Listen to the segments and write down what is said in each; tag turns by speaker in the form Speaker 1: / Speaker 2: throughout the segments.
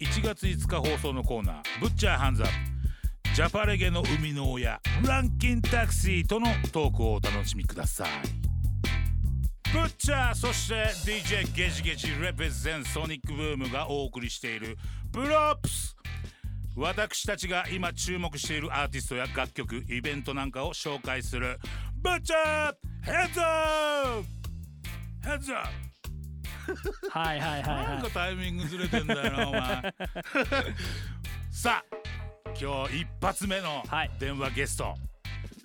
Speaker 1: 1月5日放送のコーナー「ぶっちゃハンズアップ」ジャパレゲの生みの親ランキンタクシーとのトークをお楽しみくださいブッチャーそして DJ ゲジゲジレペゼンソニックブームがお送りしている「プロップス」私たちが今注目しているアーティストや楽曲イベントなんかを紹介する「ブッチャーヘッズアップヘッズアッ
Speaker 2: はいはいはい
Speaker 1: プ!」なん
Speaker 2: は
Speaker 1: かタイミングずれてんだよ なお前さあ今日一発目の
Speaker 2: はい
Speaker 1: 電話ゲスト、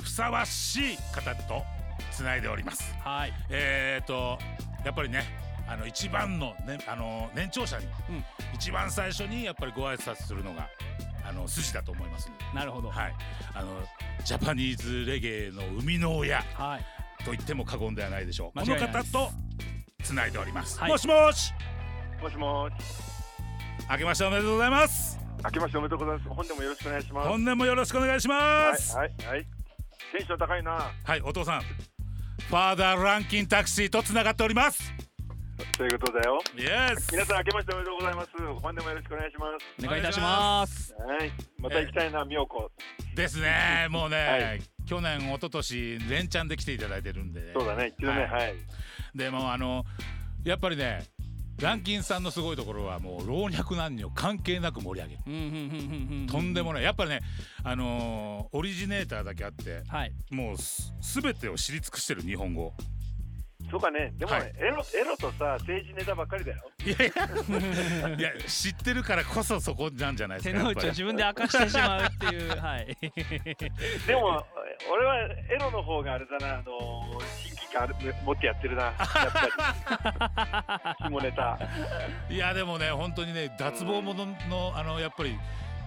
Speaker 1: ふさわしい方とつないでおります
Speaker 2: いはい
Speaker 1: えー、とやっぱりねあの一番の,、ね、あの年長者に、
Speaker 2: うん
Speaker 1: 一番最初にやっぱりご挨拶するのがあの筋だと思いますので
Speaker 2: なるほどはい、
Speaker 1: はい、あのジャパニーズレゲエの生みの親と言っても過言ではないでしょう
Speaker 2: 間違
Speaker 1: この
Speaker 2: いない
Speaker 1: 方
Speaker 2: です
Speaker 1: とつないでおります、
Speaker 2: はい
Speaker 1: もしもし
Speaker 3: もしもし。
Speaker 1: 明けましておめでとうございます
Speaker 3: 明けましておめでとうございます。本年もよろしくお願いします。
Speaker 1: 本年もよろしくお願いしますは
Speaker 3: はい、はい、はい。テンション高いな。
Speaker 1: い、お父さんファーダーランキンタクシーとつながっております
Speaker 3: ということだよ。
Speaker 1: イエス
Speaker 3: 皆さん明けましておめでとうございます。本年もよろしくお願いしま
Speaker 2: お願いいたします
Speaker 3: す。はい。また行きたいな、妙子。
Speaker 1: ですねもうね、
Speaker 3: はい
Speaker 1: 去年一昨年連チャンで来ていただいてるんでね
Speaker 3: そうだね、一度ね、
Speaker 1: は
Speaker 3: はい。
Speaker 1: でもあのやっぱりねランキンさんのすごいところはもう老若男女関係なく盛り上げる、
Speaker 2: うんうんうんうんうん
Speaker 1: とんでもないやっぱりねあのーオリジネーターだけあって
Speaker 2: はい
Speaker 1: もうす全てを知り尽くしてる日本 語
Speaker 3: そうかね、でもね、
Speaker 1: はい
Speaker 3: エロ、エロとさ、政治ネタばっかりだ よ。
Speaker 1: いやいやいや知ってるからこそそこなんじゃないで
Speaker 2: 手
Speaker 1: すかや
Speaker 2: の
Speaker 1: っぱ
Speaker 2: 内を
Speaker 1: り
Speaker 2: 自分で明かしてしまうってい うはい
Speaker 3: でも、俺はエロの方があれだな、あの親近感ある、持ってやってるな。やっぱ り。下ネタ。
Speaker 1: いやでもね本当にね脱帽もののあのやっぱり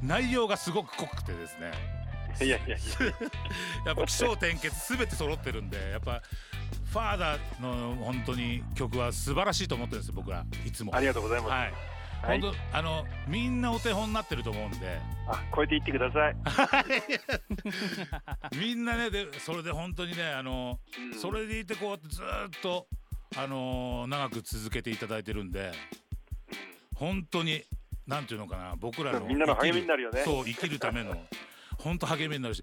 Speaker 1: 内容がすごく濃くてですね
Speaker 3: いやい やいや。
Speaker 1: やっぱ気象転結すべて揃ってるんでやっぱファーダーの本当に曲は素晴らしいと思ってるんです僕らいつも
Speaker 3: ありがとうございます。
Speaker 1: はい
Speaker 3: はい
Speaker 1: 本当あのみんなお手本になってると思うんで
Speaker 3: あ、超えていってください。
Speaker 1: みんなねでそれで本当にねあの
Speaker 3: うん
Speaker 1: それでいてこうずーっとあの長く続けていただいてるんで本当になんていうのかな僕らの
Speaker 3: みんなの
Speaker 1: 生き
Speaker 3: 励みになるよね
Speaker 1: そう生きるための本当励みになるし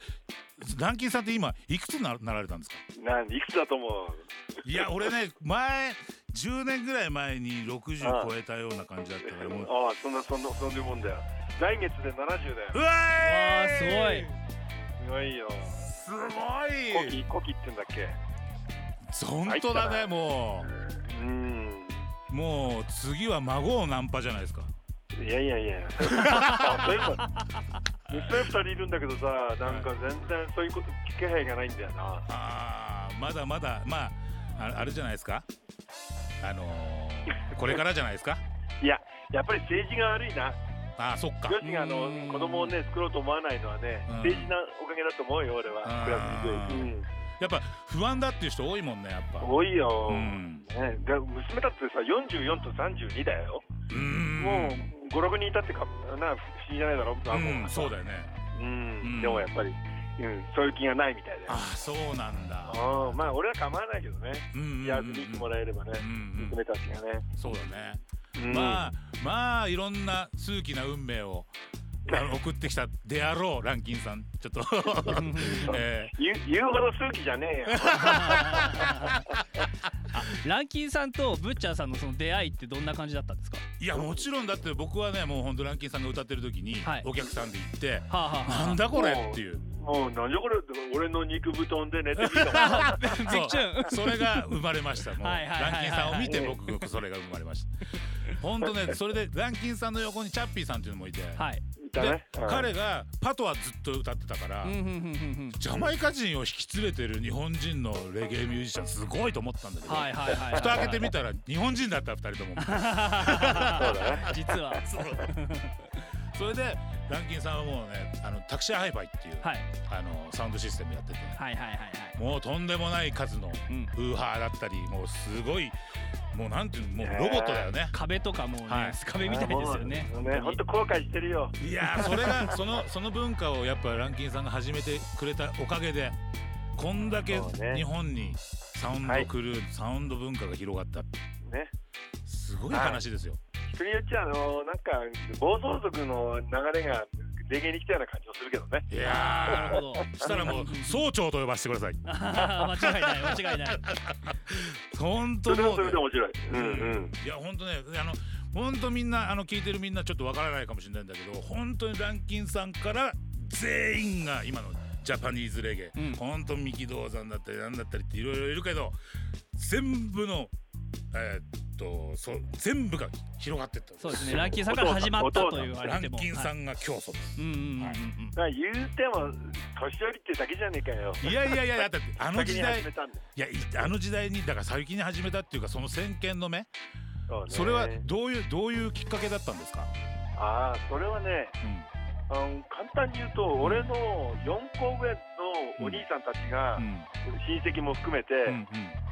Speaker 1: ランキンさんって今いくつにななられたんですか
Speaker 3: なんいくつだと思う
Speaker 1: いや俺ね前10年ぐらい前に60超えたような感じだったからもう
Speaker 3: ああそんなそんなそんなもんだよ来月で70だよ
Speaker 1: うわ
Speaker 2: わあすご
Speaker 1: ー
Speaker 2: い
Speaker 1: い
Speaker 3: すごいよ
Speaker 1: すご
Speaker 3: コ
Speaker 1: い
Speaker 3: キコキってんだっけ
Speaker 1: 本当だねも
Speaker 3: うん
Speaker 1: うもう次は孫をナンパじゃないですか
Speaker 3: いやいや いやあそういえば娘二人いるんだけどさなんか全然そういうこと聞けへんがないんだよな
Speaker 1: あーまだまだまあああれじゃないですかあの ー、これからじゃないですか
Speaker 3: いややっぱり政治が悪いな
Speaker 1: あーそっか
Speaker 3: 女子があの
Speaker 2: うん
Speaker 3: 子供をね作ろうと思わないのはね
Speaker 1: うん
Speaker 3: 政治なおかげだと思うよ俺は
Speaker 1: あー
Speaker 3: クラスにうん
Speaker 1: やっぱ不安だっていう人多いもんねやっぱ
Speaker 3: 多いよ、
Speaker 1: うん
Speaker 3: ね、で娘だってさ44と32だよ
Speaker 1: うーん
Speaker 3: もう56人いたってかな不思議じゃないだろう、
Speaker 1: うんそうだよね
Speaker 3: うん
Speaker 1: うん
Speaker 3: でもやっぱり、うん、そういう気がないみたいだよ
Speaker 1: ああそうなんだ
Speaker 3: あまあ俺は構わないけどね
Speaker 1: うんうんうんうん
Speaker 3: 幸せに生きてもらえればね
Speaker 1: うんうん
Speaker 3: 娘たちがね、
Speaker 1: そうだね
Speaker 3: うん
Speaker 1: まあまあいろんな数奇な運命をあ の送ってきたであろうランキンさんちょっと、 え
Speaker 3: 言う言うほど数奇じゃねえよ
Speaker 2: あランキンさんとブッチャーさんのその出会いってどんな感じだったんですか
Speaker 1: ーいやもちろんだって僕はねもうほんとランキンさんが歌ってる時に
Speaker 2: はい
Speaker 1: お客さんで行って
Speaker 2: はあ、はあ
Speaker 1: 「
Speaker 2: はあ、
Speaker 1: なんだこれ」っていう
Speaker 3: もう何じゃこれ俺の肉布団で寝てみたも ん
Speaker 2: びっちゃう
Speaker 1: そうそれが生まれましたもう
Speaker 2: はいはいはい
Speaker 1: ラン
Speaker 2: はい
Speaker 1: キンさんを見て僕それが生まれましたほんとねそれでランキンさんの横にチャッピーさんっていうのもいて、
Speaker 2: はい
Speaker 3: いた
Speaker 1: で
Speaker 3: ね、
Speaker 1: 彼がパトはずっと歌ってたから、
Speaker 2: うんうんうんうん
Speaker 1: ジャマイカ人を引き連れてる日本人のレゲエミュージシャンすごいと思ったんだけ
Speaker 2: うん
Speaker 1: ど、
Speaker 2: はいはいはいはい
Speaker 1: 蓋開けてみたら日本人 だった二人とも
Speaker 3: そうだね
Speaker 2: 実は
Speaker 1: そうそれでランキンさんはもうねあのタクシーハイファイっていう、
Speaker 2: はい
Speaker 1: あのサウンドシステムやってて
Speaker 2: はいはいはいはい
Speaker 1: もうとんでもない数の
Speaker 2: うん
Speaker 1: ウーハーだったりもうすごいもうなんていうのもうロボットだよね。
Speaker 2: 壁とかもうね、
Speaker 1: はい
Speaker 2: 壁みたいですよね
Speaker 3: もうね、本当後悔してるよ。
Speaker 1: いやーそれが そのその文化をやっぱランキンさんが始めてくれたおかげでこんだけ
Speaker 3: そうね
Speaker 1: 日本にサウン
Speaker 3: は
Speaker 1: ド
Speaker 3: い
Speaker 1: クルー、サウンド文化が広がったって
Speaker 3: ね。
Speaker 1: すごい話ですよ。
Speaker 3: 国によっちゃ、あのー、なんか、暴走族の流れが、レゲエに来たような感じもするけどね。
Speaker 1: い
Speaker 2: なる
Speaker 1: や
Speaker 2: ほど
Speaker 1: ーしたら もう 総長と呼ばせてください。
Speaker 2: 間違いない間違いない
Speaker 1: 本当
Speaker 3: それ
Speaker 1: も
Speaker 3: は
Speaker 1: う
Speaker 3: そ
Speaker 1: ね
Speaker 3: れで面白い。うんうん。
Speaker 1: いや本当ねあの本当みんなあの聞いてるみんなちょっとわからないかもしれないんだけど本当にランキンさんから全員が今のジャパニーズレゲエ、
Speaker 2: うん
Speaker 1: 本当三木道山だったりなんだったりっていろいろいるけど全部のえーっとそう全部が広がってった
Speaker 2: そうですねランキンさんから始まったと言われ
Speaker 1: ラン
Speaker 2: ても
Speaker 1: キンさ
Speaker 2: はい
Speaker 1: んが競争です、
Speaker 2: うんうんうんうん
Speaker 1: はい
Speaker 3: まあ、言うても、年寄りってだけじゃねえかよ。
Speaker 1: い、やいやいやだってあの
Speaker 3: 先
Speaker 1: 時
Speaker 3: に
Speaker 1: 代
Speaker 3: 始めたんだ。
Speaker 1: いやいあの時代にだから最近に始めたっていうかその先見の目
Speaker 3: そうね
Speaker 1: それはどういうどういうきっかけだったんですか、
Speaker 3: ああ、それはね、あの簡単に言うと、俺の4個上のお兄さんたちが
Speaker 1: うん、うん
Speaker 3: 親戚も含めて、
Speaker 1: うんうん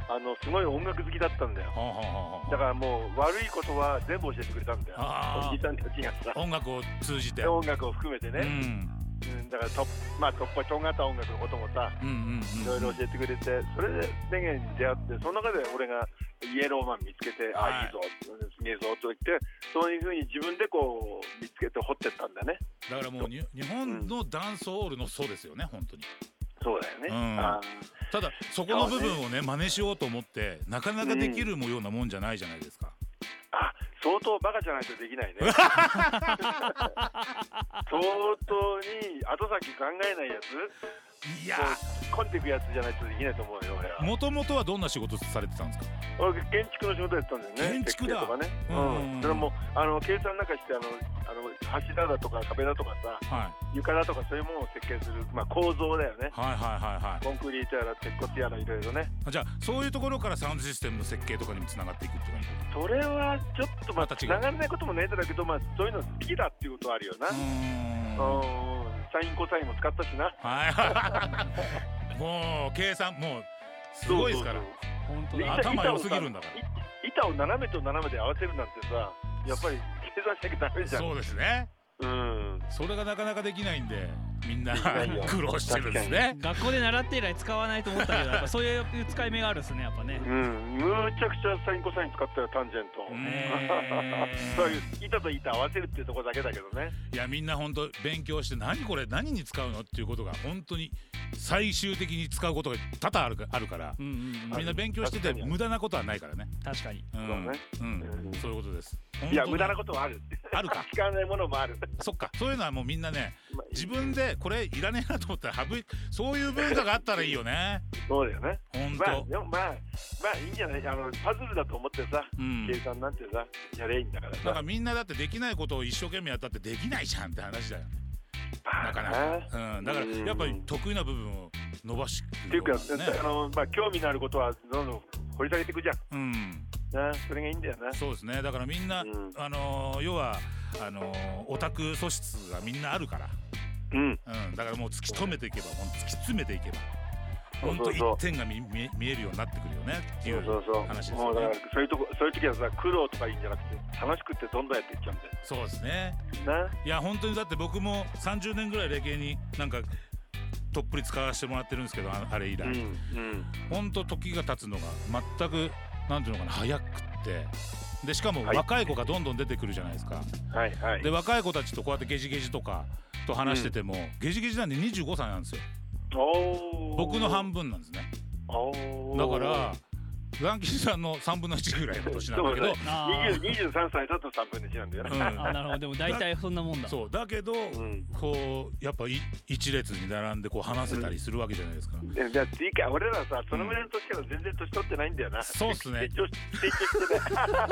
Speaker 3: あのすごい音楽好きだったんだよ
Speaker 1: はあはあはあ
Speaker 3: だからもう悪いことは全部教えてくれたんだよ
Speaker 1: あー
Speaker 3: おじいさんたちがさ
Speaker 1: 音楽を通じて。
Speaker 3: 音楽を含めて
Speaker 1: うん、う
Speaker 3: ね、
Speaker 1: ん
Speaker 3: うん、だからとまあとっぽいとんがった音楽のこともさ
Speaker 1: うんうん
Speaker 3: いろいろ教えてくれてそれでレゲエに出会ってその中で俺がイエローマン見つけて、
Speaker 1: はい
Speaker 3: ああいいぞうんすげえぞと言ってそういうふうに自分でこう見つけて掘ってったんだね
Speaker 1: だからもうに日本のダンスホールのそうですよね本当に
Speaker 3: そうだよね、
Speaker 1: うん
Speaker 3: あ
Speaker 1: ただそこの部分をね真似しようと思ってなかなかできるもようなもんじゃないじゃないですか、
Speaker 3: ーあ相当バカじゃないとできないね 相当に後先考えないやつ
Speaker 1: いや
Speaker 3: こう突っ込んでいくやつじゃないとできないと思うよ俺は
Speaker 1: もともとはどんな仕事されてたんですか
Speaker 3: 俺建築の仕事やってたんだよね
Speaker 1: 建築だ
Speaker 3: 設計とかね
Speaker 1: う
Speaker 3: うんんそれもあの計算なんかしてあのあの柱だとか壁だとかさ
Speaker 1: はい
Speaker 3: 床だとかそういうものを設計する、まあ、構造だよね
Speaker 1: はいはいはいは
Speaker 3: コンクリートやら鉄骨やらいろいろね
Speaker 1: いじゃあそういうところからサウンドシステムの設計とかにもつながっていくって感じ
Speaker 3: それはちょっとま
Speaker 1: また
Speaker 3: あ
Speaker 1: 違う
Speaker 3: つながらないこともないんだけど、まあ、そういうの好きだっていうことはあるよな、
Speaker 1: うーん
Speaker 3: うんうんサインコサインも使ったしな
Speaker 1: はい もう計算もうすごいですから
Speaker 3: そうそう
Speaker 2: 本当
Speaker 3: そう
Speaker 2: だ
Speaker 1: や
Speaker 3: 板
Speaker 1: 頭
Speaker 3: 板を
Speaker 1: 良すぎるんだ
Speaker 3: さ
Speaker 1: から
Speaker 3: い板を斜めと斜めで合わせるなんてさやっぱり計算しなきゃダメじゃん
Speaker 1: そうですね
Speaker 3: うん
Speaker 1: それがなかなかできないんでみんな
Speaker 3: できないよ
Speaker 1: 苦労してるんですね
Speaker 2: 学校で習って以来使わないと思ったけどやっぱそういう使い目があるんですねやっぱね
Speaker 3: うん、むちゃくちゃサインコサイン使ったよタンジェン
Speaker 1: う
Speaker 3: ト。そういう板と板合わせるっていうところだけだけどね。
Speaker 1: いやみんな本当勉強して何これ何に使うのっていうことが本当に最終的に使うことが多々あるかあるから
Speaker 2: うんうん
Speaker 1: み
Speaker 2: う
Speaker 1: ん
Speaker 2: ん
Speaker 1: な勉強してて
Speaker 3: 確かに
Speaker 1: 無駄なことはないからね
Speaker 2: 確かに
Speaker 1: う
Speaker 3: そうんね
Speaker 1: うん
Speaker 3: うん
Speaker 1: そういうことです
Speaker 3: いや
Speaker 1: 本当に
Speaker 3: 無駄なことはある。
Speaker 1: あるか
Speaker 3: 使わないものもある。
Speaker 1: そっかそういうのはもうみんなね
Speaker 3: まあ
Speaker 1: 自分でこれいらねえなと思ったら省いそういう文化があったらいいよね
Speaker 3: そうだよね。
Speaker 1: 本
Speaker 3: まあ
Speaker 1: 当
Speaker 3: でもまあまあいいんじゃない。あのパズルだと思ってさ、
Speaker 1: うん
Speaker 3: 計算なんてさやれいいんだから
Speaker 1: だか
Speaker 3: さ
Speaker 1: ら。みんなだってできないことを一生懸命やったってできないじゃんって話だよなかなか、うん、だからやっぱり得意な部分を伸ばして
Speaker 3: っ
Speaker 1: い
Speaker 3: ていうか、
Speaker 1: ことだね
Speaker 3: あのまあ興味のあることはどんどん掘り下げていくじゃ
Speaker 1: うん、
Speaker 3: ん。なそれがいいんだよな。
Speaker 1: そうですねだからみんな、
Speaker 3: うん
Speaker 1: あのー要はあのーオタク素質がみんなあるから、
Speaker 3: うん。
Speaker 1: うん、だからもう突き止めていけばほんと突き詰めていけば
Speaker 3: そ
Speaker 1: 本
Speaker 3: う
Speaker 1: 当
Speaker 3: そう
Speaker 1: 一
Speaker 3: そう
Speaker 1: 点が見見え見えるようになってくるよねってい
Speaker 3: そううそうそう。
Speaker 1: 話です
Speaker 3: も
Speaker 1: よ
Speaker 3: うだから
Speaker 1: ね
Speaker 3: そういうとこそういう時はさ苦労とかいいんじゃなくて楽しくってどんどんやっていっちゃうんだよ。
Speaker 1: そうですね
Speaker 3: ない
Speaker 1: や本当にだって僕も30年ぐらいレゲエになんかとっぷり使わせてもらってるんですけどああれ以来、
Speaker 3: うん
Speaker 1: ほんと時が経つのが全くなんていうのかな早くってでしかも
Speaker 3: はい
Speaker 1: 若い子がどんどん出てくるじゃないですか、
Speaker 3: うんはいはい
Speaker 1: で若い子たちとこうやってゲジゲジとかと話してても、ゲジゲジなんで25歳なんですよ
Speaker 3: おー
Speaker 1: 僕の半分なんですね
Speaker 3: おー
Speaker 1: だからランキンさんの3分の1ぐらいの年なんだけど
Speaker 3: そう
Speaker 2: あ
Speaker 3: 20 23歳だと3分の1なんだよね、
Speaker 1: うん
Speaker 2: あなるほどでも大体そんなもんだ
Speaker 1: そうだけど、
Speaker 3: ん
Speaker 1: こうやっぱい一列に並んでこう話せたりするわけじゃないですか、
Speaker 3: えじゃあ次回俺らさそのぐらいの年から全然年取ってないんだよな、
Speaker 1: そうっすね
Speaker 3: 成長し成長してない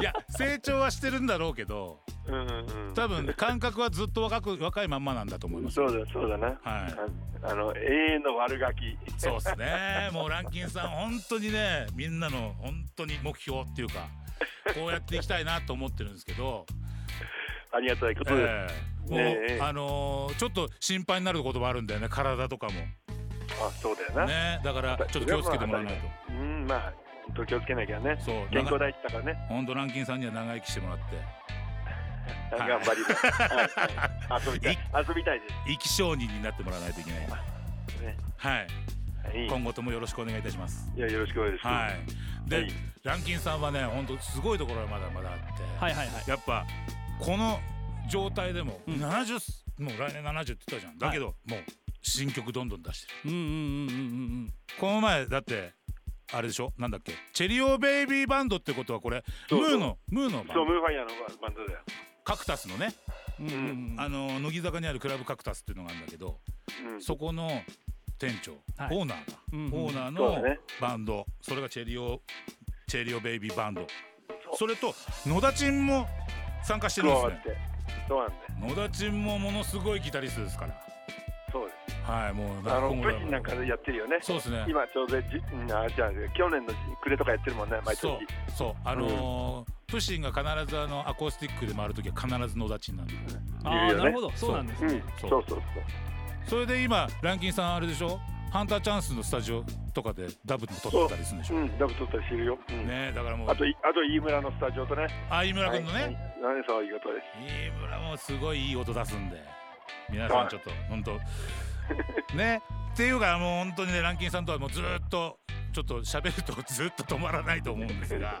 Speaker 1: いや成長はしてるんだろうけど
Speaker 3: うんうんうん
Speaker 1: 多分感覚はずっと若く若いまんまなんだと思います
Speaker 3: そうだそうだな、
Speaker 1: はい
Speaker 3: ああの永遠の悪ガキ
Speaker 1: そうですね。もうランキンさん本当にね、みんなの本当に目標っていうか、こうやっていきたいなと思ってるんですけど、
Speaker 3: ありがたいことです。
Speaker 1: ええもう、
Speaker 3: ええ
Speaker 1: あのーちょっと心配になることもあるんだよね体とかも
Speaker 3: あ、そうだよな。
Speaker 1: ねだからちょっと気をつけてもらわないと
Speaker 3: うん、まあ、本当気をつけなきゃね。
Speaker 1: そう
Speaker 3: 健康第一だからね。
Speaker 1: 本当ランキンさんには長生きしてもらってはい
Speaker 3: 頑張ります。はいはい遊びたい。遊びたいで
Speaker 1: 生き証人になってもらわないといけない
Speaker 3: すね。
Speaker 1: はい
Speaker 3: はい
Speaker 1: 今後ともよろしくお願いいたします
Speaker 3: いや、よろしくお願いしま
Speaker 1: は
Speaker 3: す。
Speaker 1: いで、
Speaker 3: はい
Speaker 1: ランキンさんはね本当すごいところがまだまだあって、
Speaker 2: はいはいはい
Speaker 1: やっぱこの状態でも
Speaker 2: うん
Speaker 1: 70、もう来年70って言ったじゃんだけど、もう新曲どんどん出してる
Speaker 2: うんうんうんうんうん
Speaker 1: この前だってあれでしょなんだっけチェリオベイビーバンドってことはこれム
Speaker 3: そうそう
Speaker 1: ーのムーのバン
Speaker 3: そう、
Speaker 1: ド
Speaker 3: ムーファイヤーのバンドだよ。
Speaker 1: カクタスのね、
Speaker 2: うんうんうんうん
Speaker 1: あの乃木坂にあるクラブカクタスっていうのがあるんだけど
Speaker 3: うん。
Speaker 1: そこの店長、
Speaker 2: はい
Speaker 1: オーナーが、
Speaker 2: うんうん
Speaker 1: オーナー
Speaker 3: そう
Speaker 1: の
Speaker 3: だね
Speaker 1: バンドそれがチェリオチェリオベイビーバンド
Speaker 3: そう
Speaker 1: それと野田ちんも参加して
Speaker 3: 加
Speaker 1: るんです
Speaker 3: わっ
Speaker 1: ね
Speaker 3: て。そうなんだよ。
Speaker 1: 野田ちんもものすごいギタリストですから
Speaker 3: そうです。
Speaker 1: はいもう
Speaker 3: あの、
Speaker 1: 今後
Speaker 3: プリンなんかでやってるよね。
Speaker 1: そうですね
Speaker 3: 今ちょうどじ、うんあ、じゃあ、去年の暮れとかやってるもんね、毎年。
Speaker 1: そうそうあのープシンが必ずあのアコースティックで回る時は必ず野田ちんなんで
Speaker 2: あ
Speaker 3: い
Speaker 2: あ
Speaker 3: るよ
Speaker 2: な
Speaker 3: ね
Speaker 2: るほどそうなんです
Speaker 3: うん、
Speaker 2: ね
Speaker 3: そ
Speaker 1: そうう
Speaker 3: そうそう。
Speaker 1: それで今ランキンさんあれでしょハンターチャンスのスタジオとかでダブも撮ってたりするんでしょ
Speaker 3: うん、ダブ取ったりしてるよ。うん
Speaker 1: ねえだからもう
Speaker 3: あと、いあと飯村のスタジオとね。
Speaker 1: あ飯村君の
Speaker 3: はい
Speaker 1: ね。
Speaker 3: はいはいそういうことです。
Speaker 1: 飯村もすごいいい音出すんで皆さんちょっと本 当ねっていうかもう本当にねランキンさんとはもうずーっとちょっと喋るとずっと止まらないと思うんです が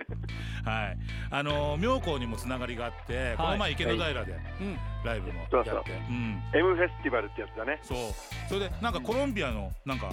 Speaker 1: はいあのー妙高にもつながりがあって、この前池の平で
Speaker 2: うん
Speaker 1: ライブもやって、
Speaker 3: そうそう
Speaker 1: うん、
Speaker 3: M フェスティバルってやつだね。
Speaker 1: そうそれでなんかコロンビアのなんか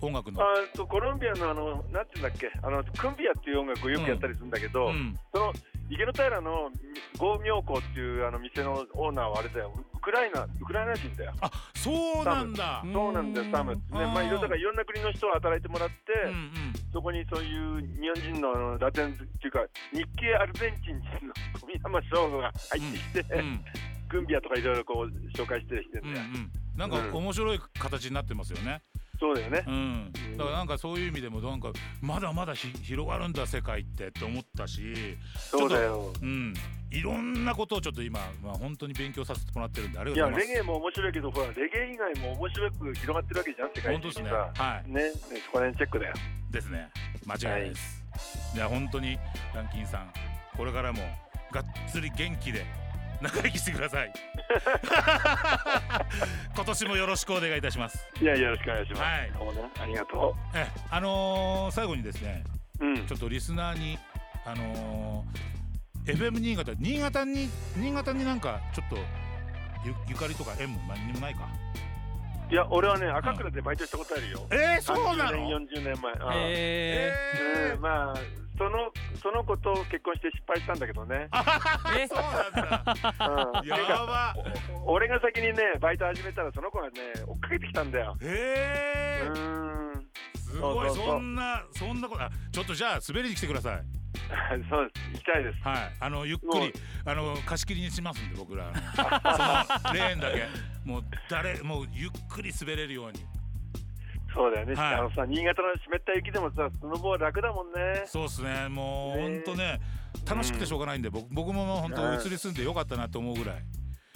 Speaker 1: 音楽の、
Speaker 3: あーとコロンビアのあのなんていうんだっけあのクンビアっていう音楽をよくやったりするんだけど、
Speaker 1: うん、
Speaker 3: その池の平のゴー妙高っていうあの店のオーナーはあれだよウクライナウクライナ人だよ。
Speaker 1: あそうなんだ
Speaker 2: う
Speaker 3: そうなんだよサムね
Speaker 1: あー
Speaker 3: まあいろだからいろんな国の人を働いてもらって、
Speaker 1: うんうん
Speaker 3: そこにそういう日本人のあのラテンっていうか日系アルゼンチン人の富山翔吾が入ってきて、
Speaker 1: うん
Speaker 3: クンビアとかいろいろこう紹介してきて
Speaker 1: うんんう
Speaker 3: だよ、
Speaker 1: んなんか面白い形になってますよね、
Speaker 3: そうだよね
Speaker 1: う。ん、だからなんかそういう意味でもなんかまだまだひ広がるんだ世界ってと思ったし、
Speaker 3: そうだよ。
Speaker 1: うん、いろんなことをちょっと今、まあ、本当に勉強させてもらってるんであり
Speaker 3: い
Speaker 1: が
Speaker 3: や
Speaker 1: とうござ
Speaker 3: レ
Speaker 1: い
Speaker 3: ゲエも面白いけどほらレゲエ以外も面白く広がってるわけじゃん世
Speaker 1: ます
Speaker 3: 界
Speaker 1: 本当
Speaker 3: 中
Speaker 1: です
Speaker 3: にさ
Speaker 1: ねはい
Speaker 3: ねねそこら辺チェックだよ
Speaker 1: ですね間違いないです、じゃあ本当にランキンさんこれからもがっつり元気で長生きしてくだ さい今年もよろしくお願いいたします
Speaker 3: いやよろしくお願いします、
Speaker 1: はい
Speaker 3: どうもねありがと
Speaker 1: えあのー最後にですね
Speaker 3: ううん
Speaker 1: ちょっとリスナーにあのー FM 新潟新潟に新潟になんかちょっとゆゆかりとか縁も何にもないか
Speaker 3: いや俺はね赤倉でバイトしたことあるよ、
Speaker 1: えー、そうな
Speaker 3: 30
Speaker 1: の
Speaker 3: 年40年前ああ
Speaker 1: え
Speaker 2: え
Speaker 3: うんまあそのその子と結婚して失敗したんだけどね
Speaker 1: ー、そうなん だ
Speaker 3: うんってい
Speaker 1: や
Speaker 3: うか
Speaker 1: ば
Speaker 3: 俺が先にねバイト始めたらその子がね追っかけてきたんだよう
Speaker 1: えー、
Speaker 3: ーん
Speaker 1: すごい
Speaker 3: そうそうそう
Speaker 1: そんなそんなことあちょっとじゃあ滑りに来てください
Speaker 3: そうです行きたいです
Speaker 1: はいあのゆっく
Speaker 3: もう
Speaker 1: りあの貸し切りにしますんで僕 らあのそのレーンだけもう誰もうゆっくり滑れるように
Speaker 3: そうだよね、
Speaker 1: はい
Speaker 3: あのさ新潟の湿った雪でもさスノボは楽だもんね
Speaker 1: そうですねもう
Speaker 3: ね
Speaker 1: 本当ね楽しくてしょうがないんで僕僕ももう本
Speaker 3: うん
Speaker 1: 当移り住んでよかったなと思うぐらい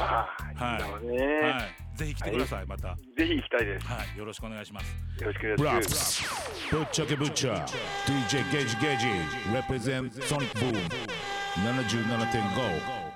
Speaker 3: ああ、
Speaker 1: はい
Speaker 3: いいだろうね、
Speaker 1: はいぜひ来てくださいまたは
Speaker 3: ぜひ行きたいです。
Speaker 1: いよろしくお願いします
Speaker 3: よろしくお願いします。
Speaker 4: Props. Butcher Butcher. DJ Gage Gage. Represent Sonic Boom. 77.5